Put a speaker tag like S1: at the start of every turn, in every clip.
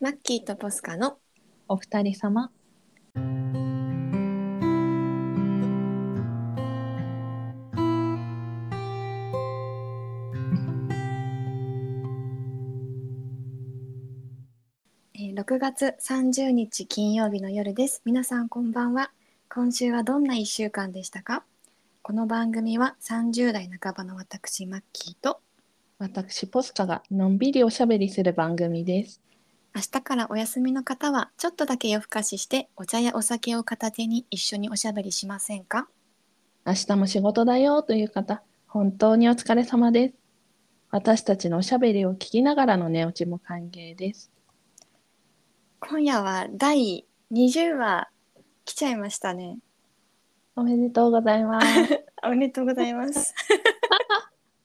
S1: マッキーとポスカの
S2: お二人様
S1: えー6月30日金曜日の夜です皆さんこんばんは今週はどんな1週間でしたかこの番組は30代半ばの私マッキーと
S2: 私ポスカがのんびりおしゃべりする番組です
S1: 明日からお休みの方はちょっとだけ夜更かししてお茶やお酒を片手に一緒におしゃべりしませんか
S2: 明日も仕事だよという方本当にお疲れ様です私たちのおしゃべりを聞きながらの寝落ちも歓迎です
S1: 今夜は第20話来ちゃいましたね
S2: おめでとうございます
S1: おめでとうございます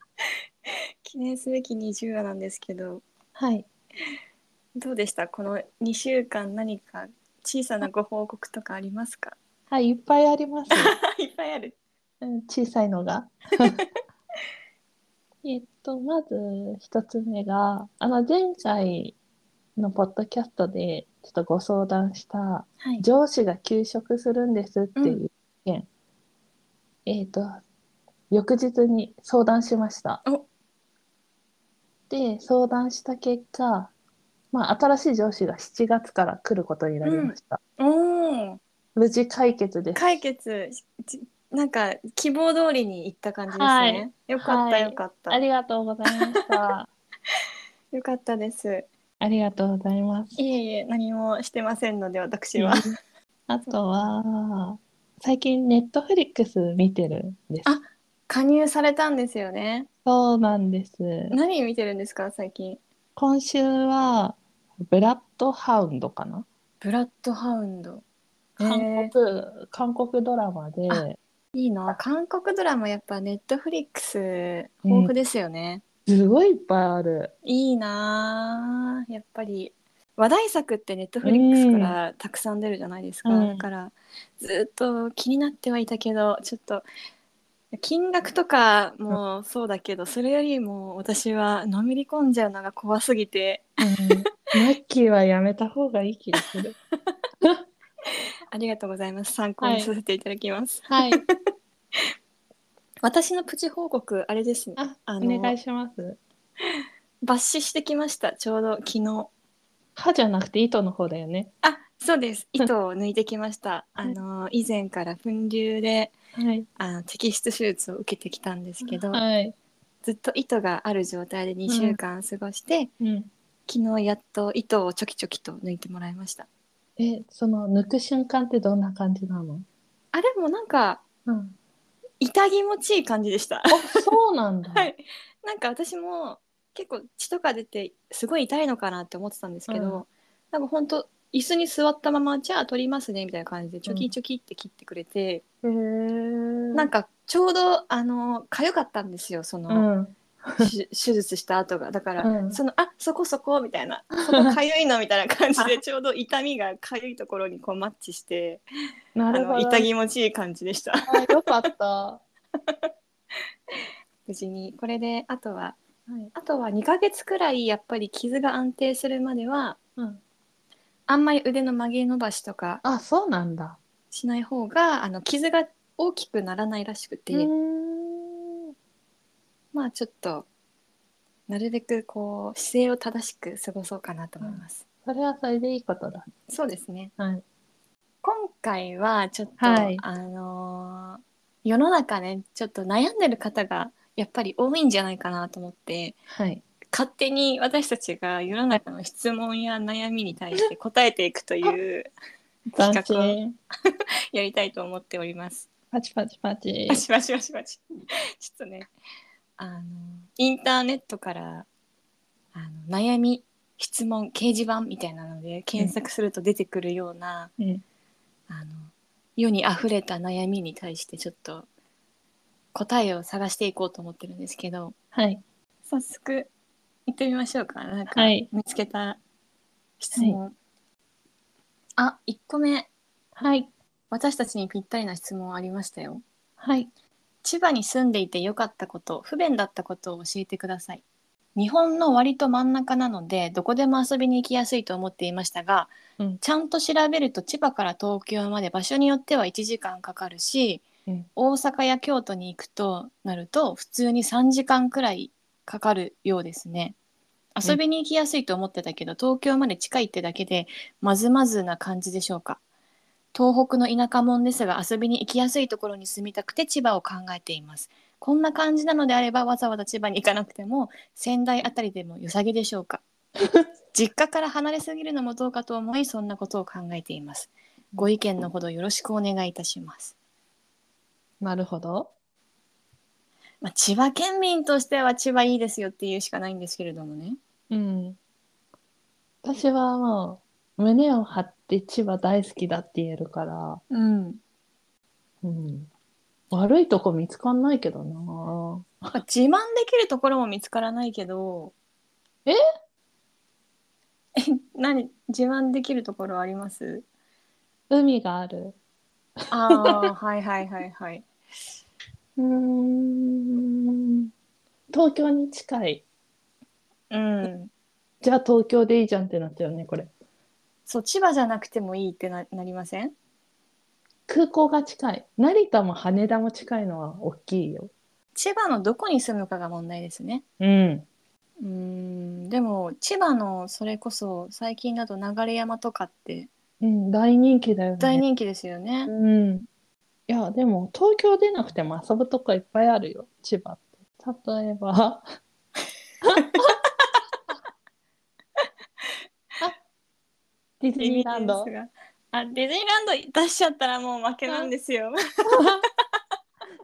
S1: 記念すべき20話なんですけど
S2: はい
S1: どうでしたこの2週間何か小さなご報告とかありますか
S2: はいいっぱいあります、
S1: いっぱいある
S2: うん、小さいのがえっとまず一つ目があの前回のポッドキャストでちょっとご相談した
S1: はい
S2: 上司が休職するんですっていう意見、えっ、と翌日に相談しました
S1: お
S2: で相談した結果、まあ、新しい上司が7月から来ることになりました、
S1: おお
S2: 無事解決です
S1: 解決じなんか希望通りにいった感じですね、
S2: はい
S1: よかった
S2: はい
S1: よかった、
S2: ありがとうございました
S1: よかったです
S2: ありがとうございます
S1: いえいえ何もしてませんので私は
S2: あとは最近ネットフリックス見てるんです
S1: あ加入されたんですよね
S2: そうなんです
S1: 何見てるんですか最近
S2: 今週はブラッドハウンドかな
S1: ブラッドハウンド
S2: 韓
S1: へ
S2: 国、韓国ドラマで、
S1: あいいな韓国ドラマやっぱネットフリックス豊富ですよね、
S2: すごいいっぱいある。
S1: いいなあやっぱり話題作ってネットフリックスからたくさん出るじゃないですか、
S2: うん
S1: だからずっと気になってはいたけどちょっと金額とかもそうだけど、それよりも私はのめり込んじゃうのが怖すぎて
S2: マッキーはやめた方がいい気がする。
S1: ありがとうございます参考にさせていただきます、
S2: はい、
S1: 私のプチ報告あれですね
S2: あ、
S1: あ
S2: お願い
S1: の
S2: します。
S1: 抜歯してきましたちょうど昨日
S2: 歯じゃなくて糸の方だよね。
S1: あそうです糸を抜いてきましたあの以前から粉瘤で
S2: はい。
S1: あの摘出手術を受けてきたんですけど、
S2: はい。
S1: ずっと糸がある状態で2週間過ごして、
S2: うん。
S1: 昨日やっと糸をちょきちょきと抜いてもらいました
S2: え、その抜く瞬間ってどんな感じなの？
S1: あでもなんか
S2: うん。
S1: 痛気持ちいい感じでした
S2: あ、そうなんだ。
S1: は。い なんか私も結構血とか出てすごい痛いのかなって思ってたんですけど、
S2: う
S1: なんかほんと椅子に座ったままじゃあ取りますねみたいな感じでちょきちょきって切ってくれて、
S2: へー
S1: なん。かちょうどあの痒かったんですよその、
S2: うん。
S1: 手手術した後がだから、
S2: うん
S1: そのあそこそこみたいなそこかゆいのみたいな感 じでちょうど痛みがかゆいところにこうマッチして
S2: な
S1: あ
S2: るほ
S1: の
S2: ど。
S1: 痛気持ちいい感じでした
S2: あ、よかった。は。
S1: 無事にこれであとはいあとは2ヶ月くらいやっぱり傷が安定するまでは
S2: うん。
S1: あんまり腕の曲げ伸ばしとか
S2: あ、そうなんだ。
S1: しない方があの傷が大きくならないらしくて、
S2: うーん。
S1: まあちょっとなるべくこう姿勢を正しく過ごそうかなと思います。
S2: それはそれでいいことだ。
S1: そうですね
S2: はい。
S1: 今回はちょっと、
S2: はい
S1: あのー世の中ねちょっと悩んでる方がやっぱり多いんじゃないかなと思って
S2: はい。
S1: 勝手に私たちが世の中の質問や悩みに対して答えていくという
S2: 斬
S1: 企画
S2: 新。
S1: やりたいと思っております。
S2: パチパチパチ
S1: パ。チパチパチパチ。ちょっとねあのインターネットからあの悩み質問掲示板みたいなので検索すると出てくるような、
S2: うん
S1: あの世にあふれた悩みに対してちょっと答えを探していこうと思ってるんですけど
S2: はい。
S1: 早速行ってみましょうかなんか
S2: はい
S1: 見つけた質問、あ1個目
S2: はい。
S1: 私たちにぴったりな質問ありましたよ
S2: はい。
S1: 千葉に住んでいて良かったこと不便だったことを教えてください日本の割と真ん中なのでどこでも遊びに行きやすいと思っていましたが、
S2: うん
S1: ちゃんと調べると千葉から東京まで場所によっては1時間かかるし、
S2: うん
S1: 大阪や京都に行くとなると普通に3時間くらいかかるようですね。
S2: うん
S1: 遊びに行きやすいと思ってたけど、東京まで近いってだけでまずまずな感じでしょうか。東北の田舎者ですが遊びに行きやすいところに住みたくて千葉を考えています。こんな感じなのであればわざわざ千葉に行かなくても仙台あたりでも良さげでしょう か実家から離れすぎるのもどうかと思いそんなことを考えていますご意見のほどよろしくお願いいたします、
S2: なるほど。
S1: まあ、千葉県民としては千葉いいですよっていうしかないんですけれどもね
S2: うん。私はもう、胸を張って千葉大好きだって言えるから、
S1: うん
S2: うん。悪いとこ見つかんないけどな。
S1: なんか自慢できるところも見つからないけど
S2: え
S1: え何自慢できるところあります
S2: 海がある。
S1: ああはいはいはいはい、
S2: うん。東京に近い。
S1: うん、
S2: じゃあ東京でいいじゃんってなっちゃうね、これ。
S1: そう千葉じゃなくてもいいってななりません
S2: 空港が近い。成田も羽田も近いのは大きいよ。
S1: 千葉のどこに住むかが問題ですね。
S2: うん。
S1: うーんでも千葉のそれこそ最近だと流山とかって
S2: うん、大人気だよね。
S1: 大人気ですよね。
S2: うん。いや、でも東京出なくても遊ぶとこいっぱいあるよ、千葉って。例え ば。あディズニーランド
S1: ディズニー。ですがあディズニーランド出しちゃったらもう負けなんですよ。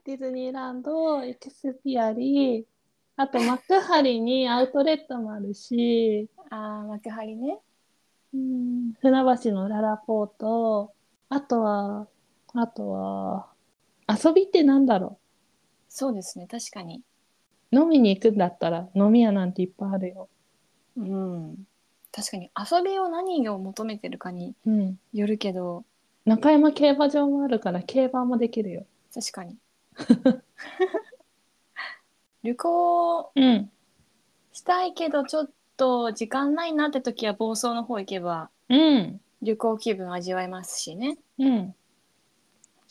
S2: ディズニーランド、エキスピアリー、あ と幕張にアウトレットもあるし、
S1: ああ幕張ね。
S2: うん、船橋のララポート、あとは、あとは、遊びってなんだろ
S1: そうですね確かに。
S2: う飲みに行くんだったら飲み屋なんていっぱいあるよ。
S1: うん確かに遊びを何を求めてるかに
S2: うん。
S1: よるけど
S2: 中山競馬場もあるから競馬もできるよ。
S1: 確かに。 旅行
S2: うん。
S1: したいけどちょっと時間ないなって時は房総の方行けば
S2: うん。
S1: 旅行気分味わえますしね。
S2: うん。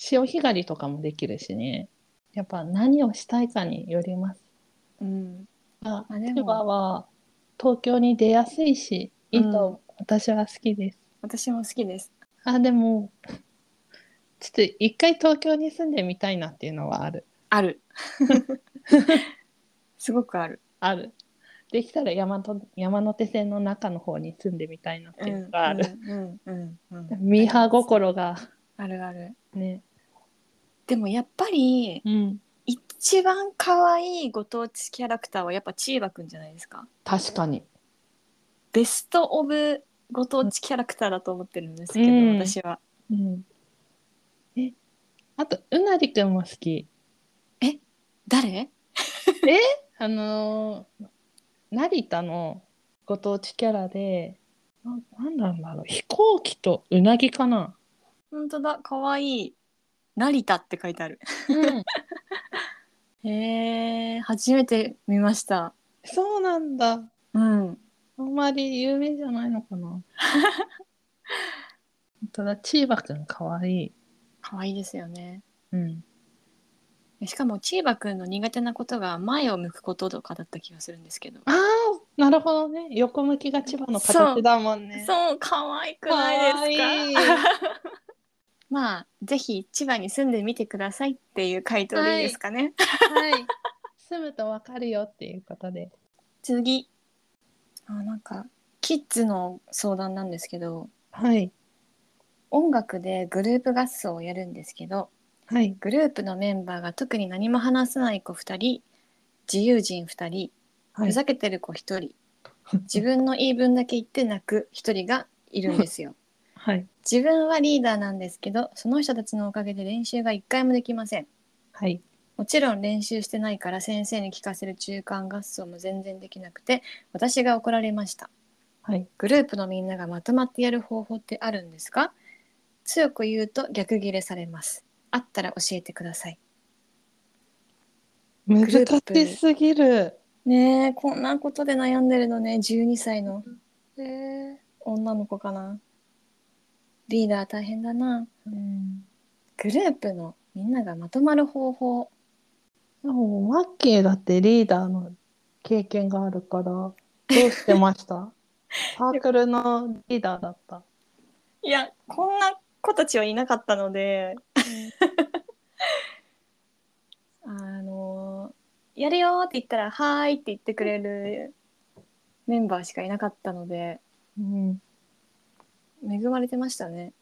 S2: 潮干狩りとかもできるしね。やっぱ何をしたいかによります
S1: うん。
S2: が、
S1: あでも
S2: 千葉は東京に出やすいし、いいと私は好きです。
S1: 私も好きです。
S2: あ、でも、ちょっと一回東京に住んでみたいなっていうのはある。
S1: ある。 すごくある。
S2: ある。できたら山と山手線の中の方に住んでみたいなっていうのがある。
S1: うんうんうんうん。
S2: ミーハー心が
S1: あるある。
S2: ね。
S1: でもやっぱり
S2: うん。
S1: 一番可愛いご当地キャラクターはやっぱチーバくんじゃないですか。
S2: 確かに。
S1: ベストオブご当地キャラクターだと思ってるんですけど、
S2: うん
S1: 私は。
S2: うん。え、あと、うなりくんも好き。
S1: 誰？
S2: あのー成田のご当地キャラで、ななんなんだろう、飛行機とうなぎかな。
S1: 本当だ。可愛い。成田って書いてある。
S2: うん。
S1: へえ。初めて見ました。
S2: そうなんだ。
S1: うん。
S2: あんまり有名じゃないの かな。本当だ、チーバくんかわいい。
S1: 可愛いですよね。
S2: うん。
S1: しかもチーバくんの苦手なことが前を向くこととかだった気がするんですけど。
S2: ああ、なるほどね。横向きが千葉の形だもんね。
S1: そう可愛く
S2: かわ
S1: ない
S2: い
S1: です
S2: い
S1: か。まあぜひ千葉に住んでみてくださいっていう回答でいいですかね。
S2: はい。住むとわかるよっていうことで。
S1: 次あなんかキッズの相談なんですけど
S2: はい。
S1: 音楽でグループ合奏をやるんですけど
S2: はい。
S1: グループのメンバーが特に何も話さない子2人自由人2人
S2: は
S1: ふ
S2: い。
S1: ざけてる子1人 自分の言い分だけ言って泣く1人がいるんです よ。
S2: はい。
S1: 自分はリーダーなんですけどその人たちのおかげで練習が一回もできません
S2: はい。
S1: もちろん練習してないから先生に聞かせる中間合奏も全然できなくて私が怒られました
S2: はい。
S1: グループのみんながまとまってやる方法ってあるんですか強く言うと逆ギレされますあったら教えてください
S2: 難しすぎる。
S1: ねえこんなことで悩んでるのね12歳の
S2: ええ
S1: 女の子かなリーダー大変だな
S2: うん。
S1: グループのみんながまとまる方法
S2: でも、マッキーだってリーダーの経験があるから、どうしてました サークルのリーダーだった。
S1: いやこんな子たちはいなかったので あのやるよって言ったら「はーい」って言ってくれるメンバーしかいなかったので
S2: うん。
S1: 恵まれてましたね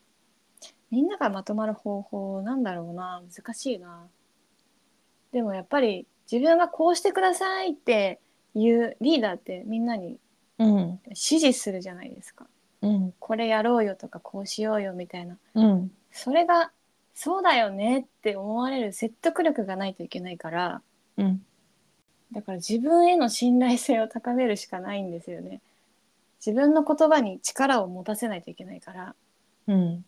S1: みんながまとまる方法なんだろうな難しいなでもやっぱり自分がこうしてくださいっていうリーダーってみんなに
S2: うん。
S1: 指示するじゃないですか
S2: うん。
S1: これやろうよとかこうしようよみたいな
S2: うん。
S1: それがそうだよねって思われる説得力がないといけないから
S2: うん。
S1: だから自分への信頼性を高めるしかないんですよね自分の言葉に力を持たせないといけないから
S2: うん。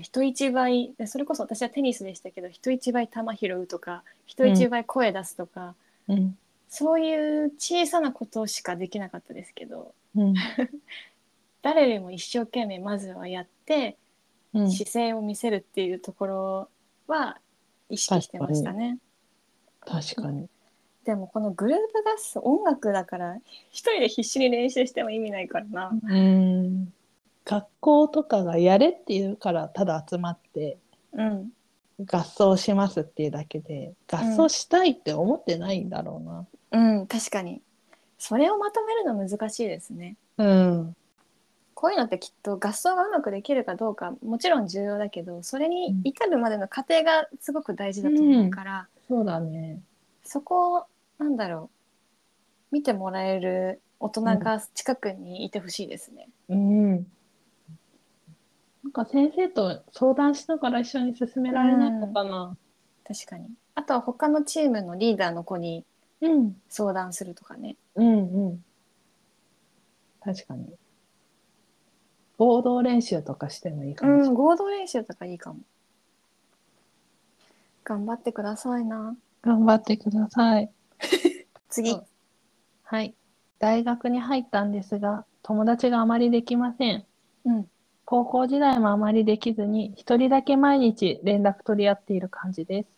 S1: 人一倍でそれこそ私はテニスでしたけど人一倍球拾うとか人一倍声出すとか、
S2: うん。
S1: そういう小さなことしかできなかったですけど
S2: うん。
S1: 誰よりも一生懸命まずはやって
S2: うん。
S1: 姿勢を見せるっていうところは意識してましたね。
S2: 確かに。
S1: でもこのグループ合奏音楽だから一人で必死に練習しても意味ないからな。
S2: うん。学校とかがやれって言うから、ただ集まって
S1: うん、
S2: 合奏しますっていうだけで、合奏したいって思ってないんだろうな。
S1: うん、確かにそれをまとめるの難しいですね。
S2: うん。
S1: こういうのってきっと合奏がうまくできるかどうかもちろん重要だけどそれに至るまでの過程がすごく大事だと思うから、
S2: そうだね。
S1: そこをなんだろう見てもらえる大人が近くにいてほしいですね。
S2: うん。なんか先生と相談しながら一緒に進められないのかな。
S1: 確かにあとは他のチームのリーダーの子に
S2: うん。
S1: 相談するとかね。
S2: うんうん。確かに。合同練習とかしてもいいか
S1: う
S2: もしれない。
S1: ん、合同練習とかいいかも。頑張ってくださいな。
S2: 頑張ってください。
S1: 次。
S2: そうはい。大学に入ったんですが、友達があまりできません。
S1: うん。
S2: 高校時代もあまりできずに、一人だけ毎日連絡取り合っている感じです。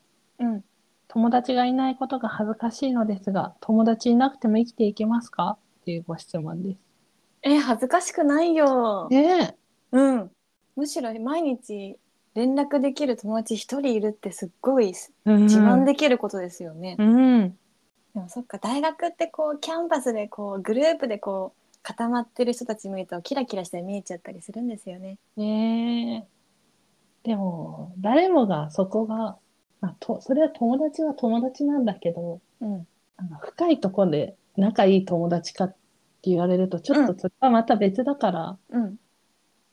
S1: うん。
S2: 友達がいないことが恥ずかしいのですが、友達いなくても生きていけますかっていうご質問です。
S1: え、恥ずかしくないよ。
S2: ね
S1: うん。むしろ毎日連絡できる友達一人いるってすっごいす
S2: え。自
S1: 自慢
S2: で。
S1: できることですよね。
S2: うん。
S1: でもそっか、大学ってこう、キャンパスでこう、グループでこう、固まってる人たち見るとキラキラして見えちゃったりするんですよね。
S2: ねえ。でも、誰もがそこが、まあ、と、それは友達は友達なんだけど、
S1: うん。
S2: なんか深いところで仲いい友達かって言われると、ちょっとそれはまた別だから、
S1: うん。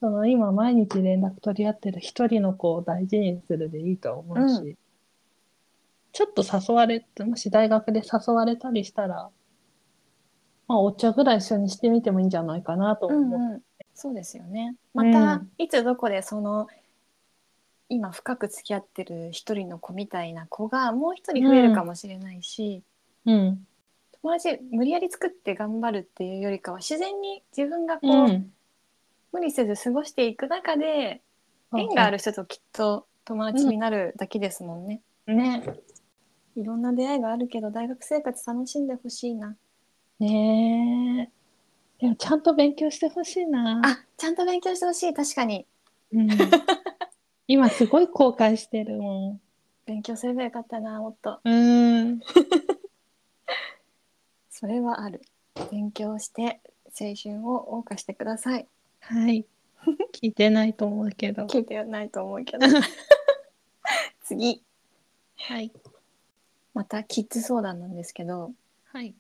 S2: その今毎日連絡取り合ってる一人の子を大事にするでいいと思うし、
S1: う
S2: ちょっと誘われて、もし大学で誘われたりしたら、まあお茶ぐらい一緒にしてみてもいいんじゃないかなと
S1: う
S2: 思う。
S1: んうん、そうですよね。
S2: う
S1: ま
S2: ん
S1: た、いつどこでその今深く付き合ってる一人の子みたいな子がもう一人増えるかもしれないし、
S2: うん。
S1: 友達無理やり作って頑張るっていうよりかは自然に自分がこう、
S2: うん。
S1: 無理せず過ごしていく中で縁
S2: そう
S1: がある人ときっと友達になるだけですもんね。
S2: ね。
S1: いろんな出会いがあるけど大学生活楽しんでほしいな。
S2: ねえ。でもちゃんと勉強してほしいな。
S1: あちゃんと勉強してほしい確かに
S2: うん、今すごい後悔してるも
S1: 勉強すればよかったなもっと。
S2: ん。うん。
S1: それはある。勉強して青春を謳歌してください。
S2: はい。聞いてないと思うけど。
S1: 聞いてないと思うけ ど。次、
S2: はい。
S1: またキッズ相談なんですけど、
S2: はい。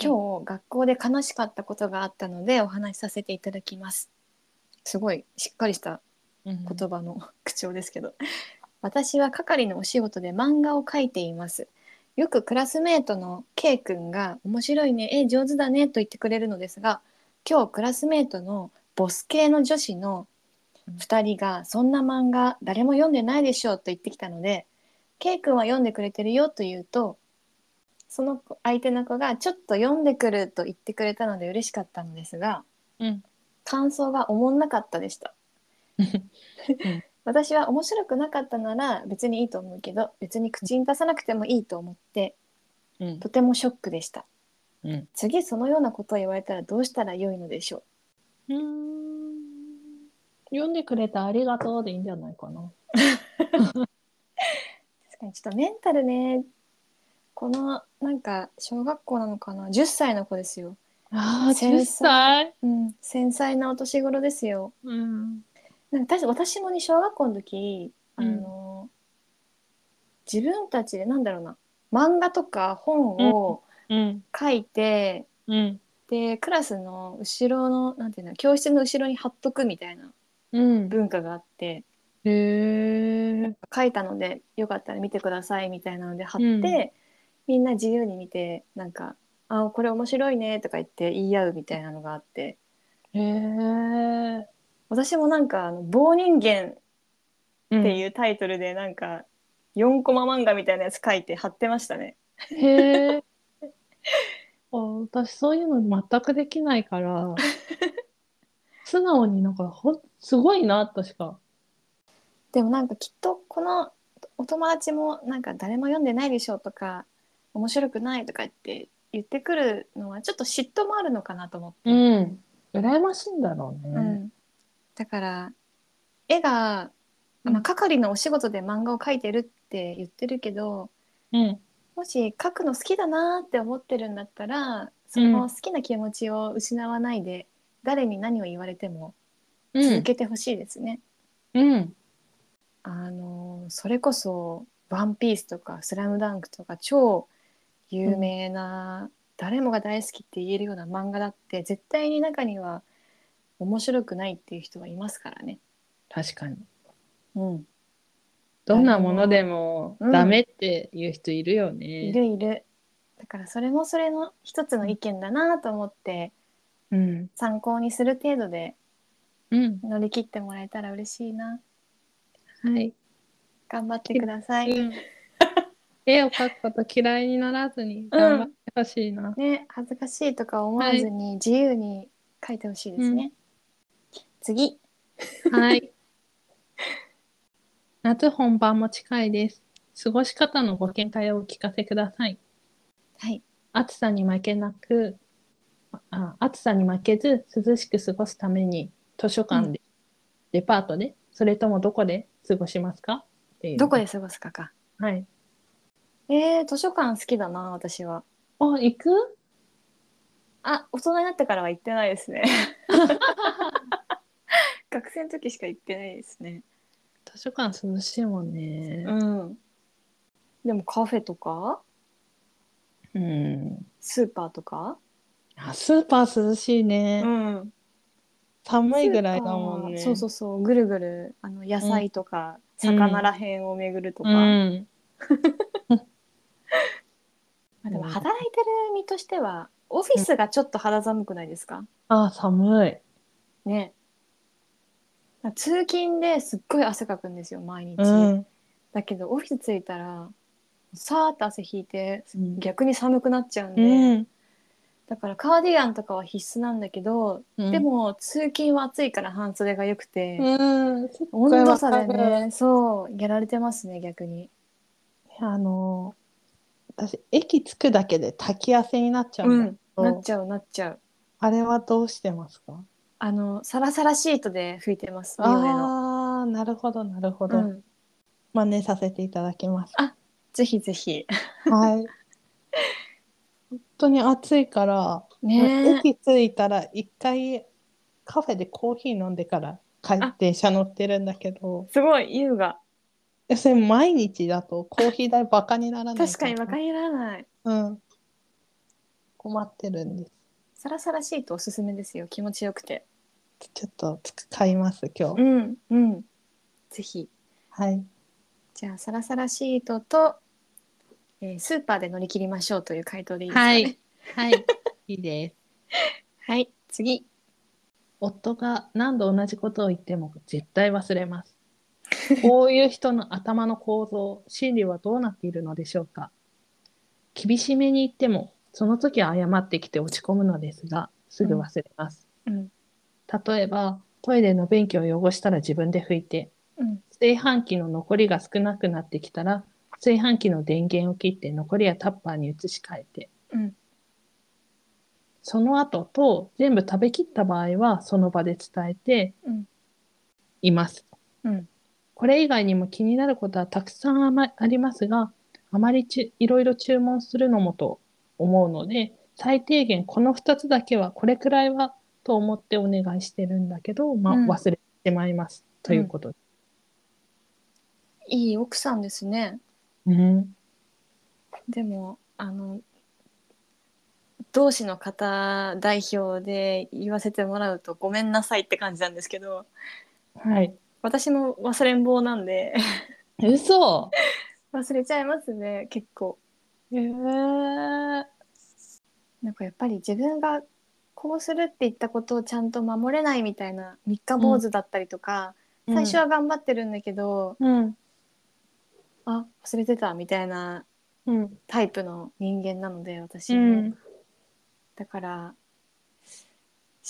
S1: 今日学校で悲しかったことがあったのでお話しさせていただきます。すごいしっかりした
S2: うん
S1: 言葉の 口調ですけど私は係のお仕事で漫画を描いていますよくクラスメートの K 君が面白いね絵上手だねと言ってくれるのですが今日クラスメートのボス系の女子の2人がそんな漫画誰も読んでないでしょうと言ってきたので K 君は読んでくれてるよと言うとその子相手の子がちょっと読んでくると言ってくれたので嬉しかったのですが
S2: うん。
S1: 感想がおもんなかったでした
S2: ん
S1: 私は面白くなかったなら別にいいと思うけど別に口に出さなくてもいいと思って
S2: うん
S1: とてもショックでした
S2: うん。
S1: 次そのようなことを言われたらどうしたらよいのでしょう
S2: うん。読んでくれてありがとうでいいんじゃないかな。
S1: 確かにちょっとメンタルねこのなんか小学校なのかな10歳の子ですよ、
S2: ああ、
S1: 繊
S2: 10歳
S1: うん、繊細なお年頃ですよ
S2: うん。
S1: なんか確か私もね小学校の時あ
S2: うん
S1: の、自分たちでなんだろうな漫画とか本を
S2: うん。
S1: 書いて、
S2: うん。
S1: でクラスの後ろのなんていうの教室の後ろに貼っとくみたいな
S2: うん。
S1: 文化があって
S2: へえ。
S1: 書いたのでよかったら見てくださいみたいなので貼って、
S2: うん
S1: みんな自由に見てなんか「あこれ面白いね」とか言って言い合うみたいなのがあって
S2: へえ。
S1: 私もなんかあの「棒人間」
S2: っ
S1: っていうタイトルでなんか4コマ漫画みたいなやつ書いて貼ってましたね。
S2: へえ。あ私そういうの全くできないから、素直になんかほんすごいなとしか。
S1: でもなんかきっとこのお友達もなんか誰も読んでないでしょとか面白くないとかって言ってくるのはちょっと嫉妬もあるのかなと思って。
S2: うん。羨ましいんだろう
S1: う
S2: ね。
S1: ん、だから絵が、まあ、係のお仕事で漫画を描いてるって言ってるけど
S2: うん。
S1: もし描くの好きだなって思ってるんだったらその好きな気持ちを失わないで、誰に何を言われても
S2: う
S1: 続
S2: ん。
S1: けてほしいですね。
S2: うん。
S1: あのそれこそ「ワンピースとか「スラムダンクとか超有名な、誰もが大好きって言えるような漫画だって絶対に中には面白くないっていう人はいますからね。
S2: 確かに。
S1: うん
S2: どんなものでも
S1: うん
S2: ダメっていう人いるよ
S1: い
S2: ね。
S1: るいる。だからそれもそれの一つの意見だなと思って
S2: うん。
S1: 参考にする程度で
S2: うん。
S1: 乗り切ってもらえたら嬉しいな。
S2: はい。
S1: 頑張ってください。
S2: うん絵を描くこと嫌いにならずに頑張ってほしいな。
S1: ね、恥ずかしいとか思わずに自由に書いてほしいですね。次、
S2: はい。 夏本番も近いです。過ごし方のご見解をお聞かせください。
S1: はい、
S2: 暑さに負けなく、あ暑さに負けず涼しく過ごすために図書館で、デパートで、それともどこで過ごしますかっていう
S1: どこで過ごすかか。
S2: はい。
S1: えー、図書館好きだな私は。
S2: あ、行く
S1: あ、大人になってからは行ってないです ね。学生の時しか行ってないですね。
S2: 図書館涼しいもんね。
S1: うん。でもカフェとか
S2: うん。
S1: スーパーとか。
S2: あスーパー涼しいね。
S1: ん。
S2: 寒いぐらいだもんね。
S1: スーパーそうそうそうぐるぐるあの野菜とか、
S2: うん
S1: 魚らへんを巡るとか、
S2: うん。
S1: まあでも働いてる身としてはオフィスがちょっと肌寒くないですか、
S2: あ、寒い。
S1: ね通勤ですっごい汗かくんですよ毎日、
S2: うん。
S1: だけどオフィス着いたらさーっと汗引いて
S2: うん
S1: 逆に寒くなっちゃうんで、
S2: うん
S1: だからカーディガンとかは必須なんだけど、で、も通勤は暑いから半袖が良くて、
S2: うん、
S1: 温度差で
S2: わか
S1: ねそうやられてますね逆に。
S2: る。あのー、私、駅着くだけで滝汗になっちゃうんだけど、
S1: なっちゃうなっちゃう。
S2: あれはどうしてますか
S1: あのサラサラシートで拭いてます。美容液の
S2: ああ、なるほど、なるほど。
S1: うん、
S2: 真似させていただきます。
S1: ぜひぜひ。
S2: はい。本当に暑いから、
S1: ねえ
S2: 駅着いたら一回カフェでコーヒー飲んでから帰
S1: あ
S2: 電車乗ってるんだけど、
S1: すごい優雅。
S2: えそれ毎日だとコーヒー代バカにならないら。
S1: 確かにわかりらない。
S2: うん。困ってるんです。
S1: サラサラシートおすすめですよ。気持ちよくて。
S2: ちょっと使います今
S1: う
S2: 日。
S1: んうん。ぜひ。
S2: はい。
S1: じゃあサラサラシートと、えースーパーで乗り切りましょうという回答でいいですかね。。
S2: はい。 いいです。
S1: はい。次。
S2: 夫が何度同じことを言っても絶対忘 れます。こういう人の頭の構造、心理はどうなっているのでしょうか。厳しめに言っても、その時は謝ってきて落ち込むのですが、すぐ忘れます。
S1: うん
S2: 例えば、トイレの便器を汚したら自分で拭いて、
S1: うん
S2: 炊飯器の残りが少なくなってきたら、炊飯器の電源を切って残りはタッパーに移し替えて、
S1: うん
S2: その後と全部食べきった場合はその場で伝えて
S1: うん
S2: います。
S1: うん
S2: これ以外にも気になることはたくさんあまありますが、あまりちいろいろ注文するのもと思うので、最低限この2つだけはこれくらいはと思ってお願いしてるんだけど、まあ、
S1: うん
S2: 忘れてまいります、ということで
S1: いい奥さんですね
S2: うん、
S1: でもあの同志の方代表で言わせてもらうとごめんなさいって感じなんですけど
S2: はい。
S1: 私も忘れん坊なんで
S2: 嘘
S1: 忘れちゃいますね結構
S2: えー、
S1: なんかやっぱり自分がこうするって言ったことをちゃんと守れないみたいな三日坊主だったりとか、最初は頑張ってるんだけど、
S2: うん、
S1: あ忘れてたみたいな
S2: うん、
S1: タイプの人間なので私
S2: う
S1: も、
S2: ん、
S1: だから思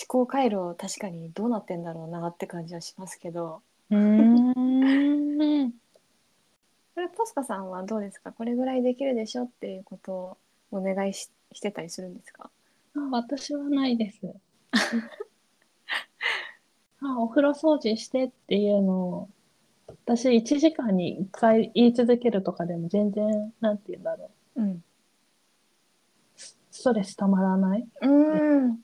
S1: 考回路確かにどうなってんだろうなって感じはしますけど
S2: うん、
S1: これポスカさんはどうですかこれぐらいできるでしょっていうことをお願いししてたりするんですか
S2: 私はない です。あ、お風呂掃除してっていうのを、私1時間に1回言い続けるとかでも全然、なんて言うんだろう、
S1: うん
S2: スストレスたまらない。
S1: うん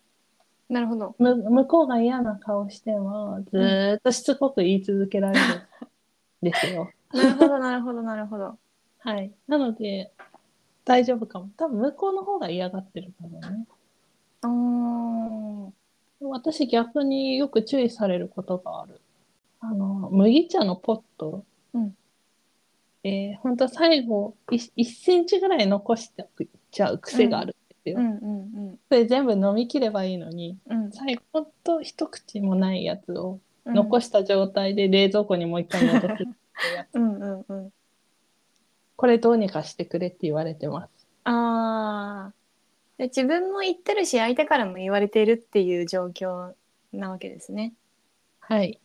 S1: なるほど
S2: む向こうが嫌な顔しては、ずーっとしつこく言い続けられるんですよ。
S1: なるほどなるほどなるほど
S2: はい。なので、大丈夫かも。多分向こうの方が嫌がってるからね。
S1: うーん
S2: 私逆によく注意されることがある。あの、麦茶のポット。
S1: うん
S2: えー、本当は最後1、1センチぐらい残しておくちゃう癖があるんですよ。
S1: うんうん
S2: それ全部飲み切ればいいのに、
S1: うん
S2: 最後、ほんと一口もないやつを
S1: うん
S2: 残した状態で冷蔵庫にもう一回戻す っていうやつ。
S1: うんうんうん
S2: これどうにかしてくれって言われてます。
S1: ああで自分も言ってるし相手からも言われているっていう状況なわけですね
S2: はい。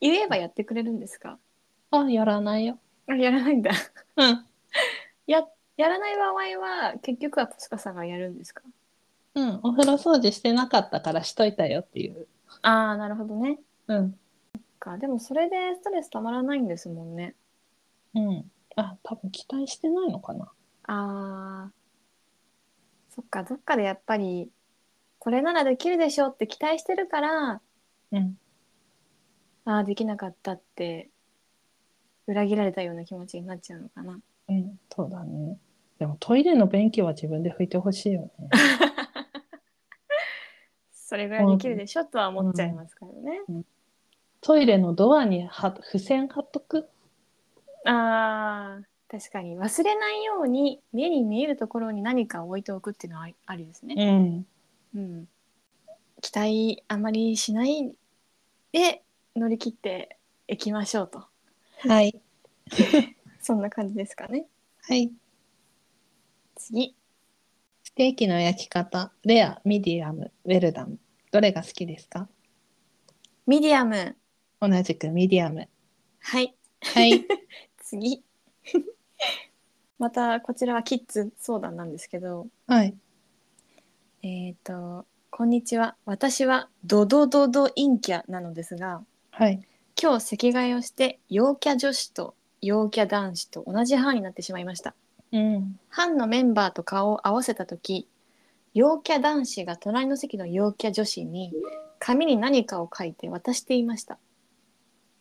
S1: 言えばやってくれるんですか
S2: あ、やらないよ。
S1: あやらないんだ
S2: うん。
S1: ややらない場合は結局はポスカさんがやるんですか
S2: うん、お風呂掃除してなかったからしといたよっていう。
S1: ああなるほどね
S2: うん。
S1: かでもそれでストレスたまらないんですもんね
S2: うん。あ、多分期待してないのかな。
S1: あーそっかどっかでやっぱりこれならできるでしょうって期待してるから
S2: うん。
S1: ああできなかったって裏切られたような気持ちになっちゃうのかな
S2: うん、そうだね。でもトイレの便器は自分で拭いてほしいよね。
S1: それぐらいできるでしょとは思っちゃいますからね、
S2: トイレのドアには付箋貼っとく。
S1: あー確かに忘れないように目に見えるところに何かを置いておくっていうのはありありですね
S2: うん。
S1: うん、期待あまりしないで乗り切っていきましょうと
S2: はい。
S1: そんな感じですかね
S2: はい。
S1: 次
S2: ステーキの焼き方、レア、ミディアム、ウェルダム。どれが好きですか
S1: ミディアム
S2: 同じくミディアム。
S1: はい
S2: はい。
S1: 次 またこちらはキッズ相談なんですけど
S2: はい。
S1: えっ、と「こんにちは私はドドドド陰キャなのですが
S2: はい。
S1: 今日席替えをして陽キャ女子と陽キャ男子と同じ班になってしまいました」
S2: うん。
S1: 班のメンバーと顔を合わせた時陽キャ男子が隣の席の陽キャ女子に紙に何かを書いて渡していました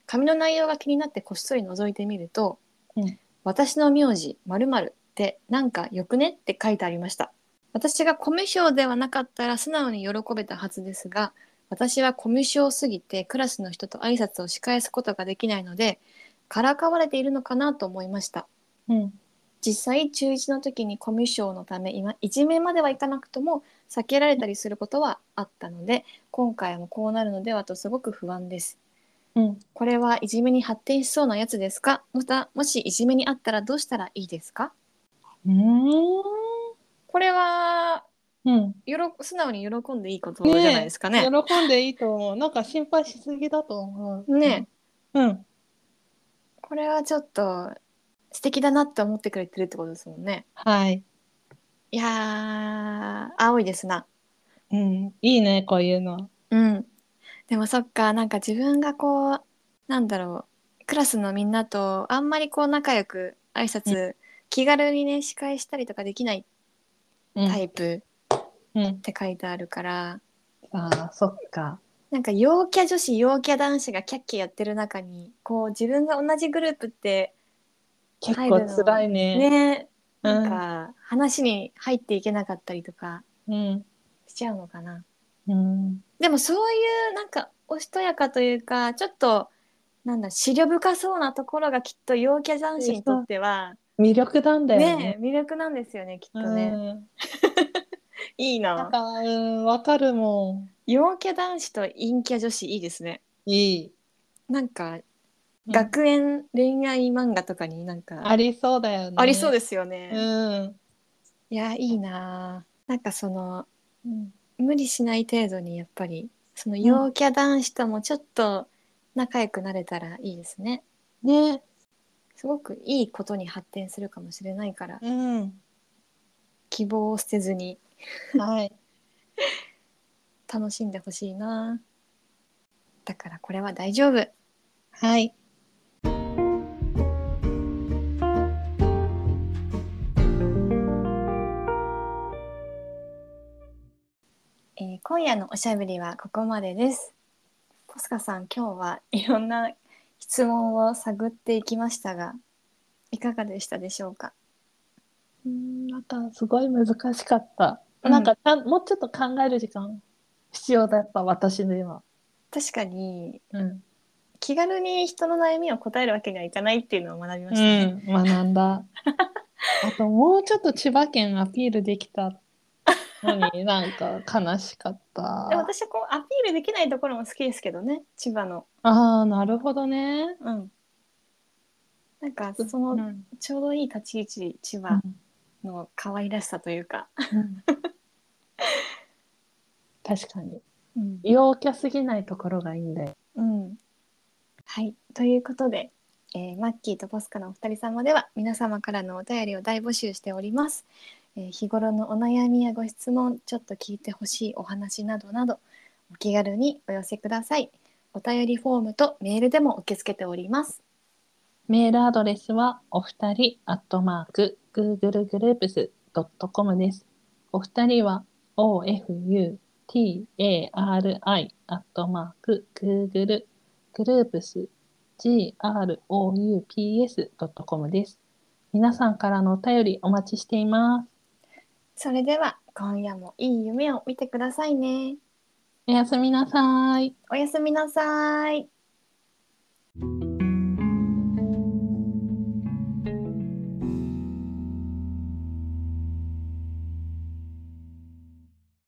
S1: 紙の内容が気になってこっそり覗いてみると「
S2: うん
S1: 私の名字〇〇ってなんかよくね?」って書いてありました私がコミュ障ではなかったら素直に喜べたはずですが私はコミュ障すぎてクラスの人と挨拶をし返すことができないのでからかわれているのかなと思いました
S2: うん。
S1: 実際中1の時にコミュ障のため今いじめまではいかなくとも避けられたりすることはあったので今回もこうなるのではとすごく不安です
S2: うん。
S1: これはいじめに発展しそうなやつですかまたもしいじめにあったらどうしたらいいですか
S2: うーん。
S1: これは
S2: うん。
S1: よろ素直に喜んでいいことじゃないですかね。ね
S2: 喜んでいいと思う。なんか心配しすぎだと思
S1: え
S2: う。うん。
S1: これはちょっと素敵だなって思ってくれてるってことですもんね。
S2: はい。
S1: いやー青いですな。
S2: うん。いいね、こういうの。
S1: うん。でもそっかなんか自分がこうなんだろうクラスのみんなとあんまりこう仲良く挨拶、気軽にね司会したりとかできない
S2: うん。
S1: タイプ
S2: うん
S1: っ。て書いてあるから、
S2: ああ、そっか。
S1: なんか陽キャ女子陽キャ男子がキャッキャやってる中にこう自分が同じグループって
S2: 結構辛いね。
S1: ね、
S2: う
S1: なん
S2: ん。
S1: か話に入っていけなかったりとか
S2: うん。
S1: しちゃうのかな。
S2: うん。
S1: でもそういうなんかおしとやかというかちょっとなんだ思慮深そうなところがきっと陽キャ男子にとっては
S2: 魅力なんだよね。
S1: ね魅力なんですよねきっとね。
S2: うん。
S1: いい
S2: なん
S1: な。
S2: か、うん、わかるも
S1: 陽キャ男子と陰キャ女子いいですね。
S2: ん。いい。
S1: なんか学園恋愛漫画とかになんか
S2: ありそうだよね。
S1: ありそう
S2: で
S1: ですよね。
S2: うん。
S1: いやいいなあ。なんかその
S2: うん。
S1: 無理しない程度にやっぱりその陽キャ男子ともちょっと仲良くなれたらいいですね。
S2: ね。
S1: すごくいいことに発展するかもしれないから
S2: うん。
S1: 希望を捨てずに
S2: はい。
S1: 楽しんでほしいな。だからこれは大丈夫。
S2: はい。
S1: えー今夜のおしゃべりはここまでです。ポスカさん今日はいろんな質問を探っていきましたがいかがでしたでしょうか。
S2: うん、なんかすごい難しかった。
S1: うん
S2: なんかちゃんもうちょっと考える時間必要だった私では。
S1: 確かに
S2: うん。
S1: 気軽に人の悩みを答えるわけにはいかないっていうのを学びま
S2: う
S1: したね。
S2: ん、学んだ。あともうちょっと千葉県アピールできたのになんか悲しかった。
S1: でも私はこうアピールできないところも好きですけどね千葉の。
S2: ああ、なるほどね。
S1: うん。なんかそうの
S2: ん
S1: ちょうどいい立ち位置千葉の可愛らしさというか、
S2: うん確かに。
S1: うん
S2: 陽キャすぎないところがいいんだよ。
S1: うんはいということで、えーマッキーとポスカのお二人様では皆様からのお便りを大募集しております、えー日頃のお悩みやご質問ちょっと聞いてほしいお話などなどお気軽にお寄せくださいお便りフォームとメールでも受け付けております
S2: メールアドレスはお二人アットマーク googlegroups.com です。お二人は ofutari アットマーク googlegroups.com です。皆さんからのお便りお待ちしています。
S1: それでは今夜もいい夢を見てくださいね
S2: おやすみなさい。
S1: おやすみなさい。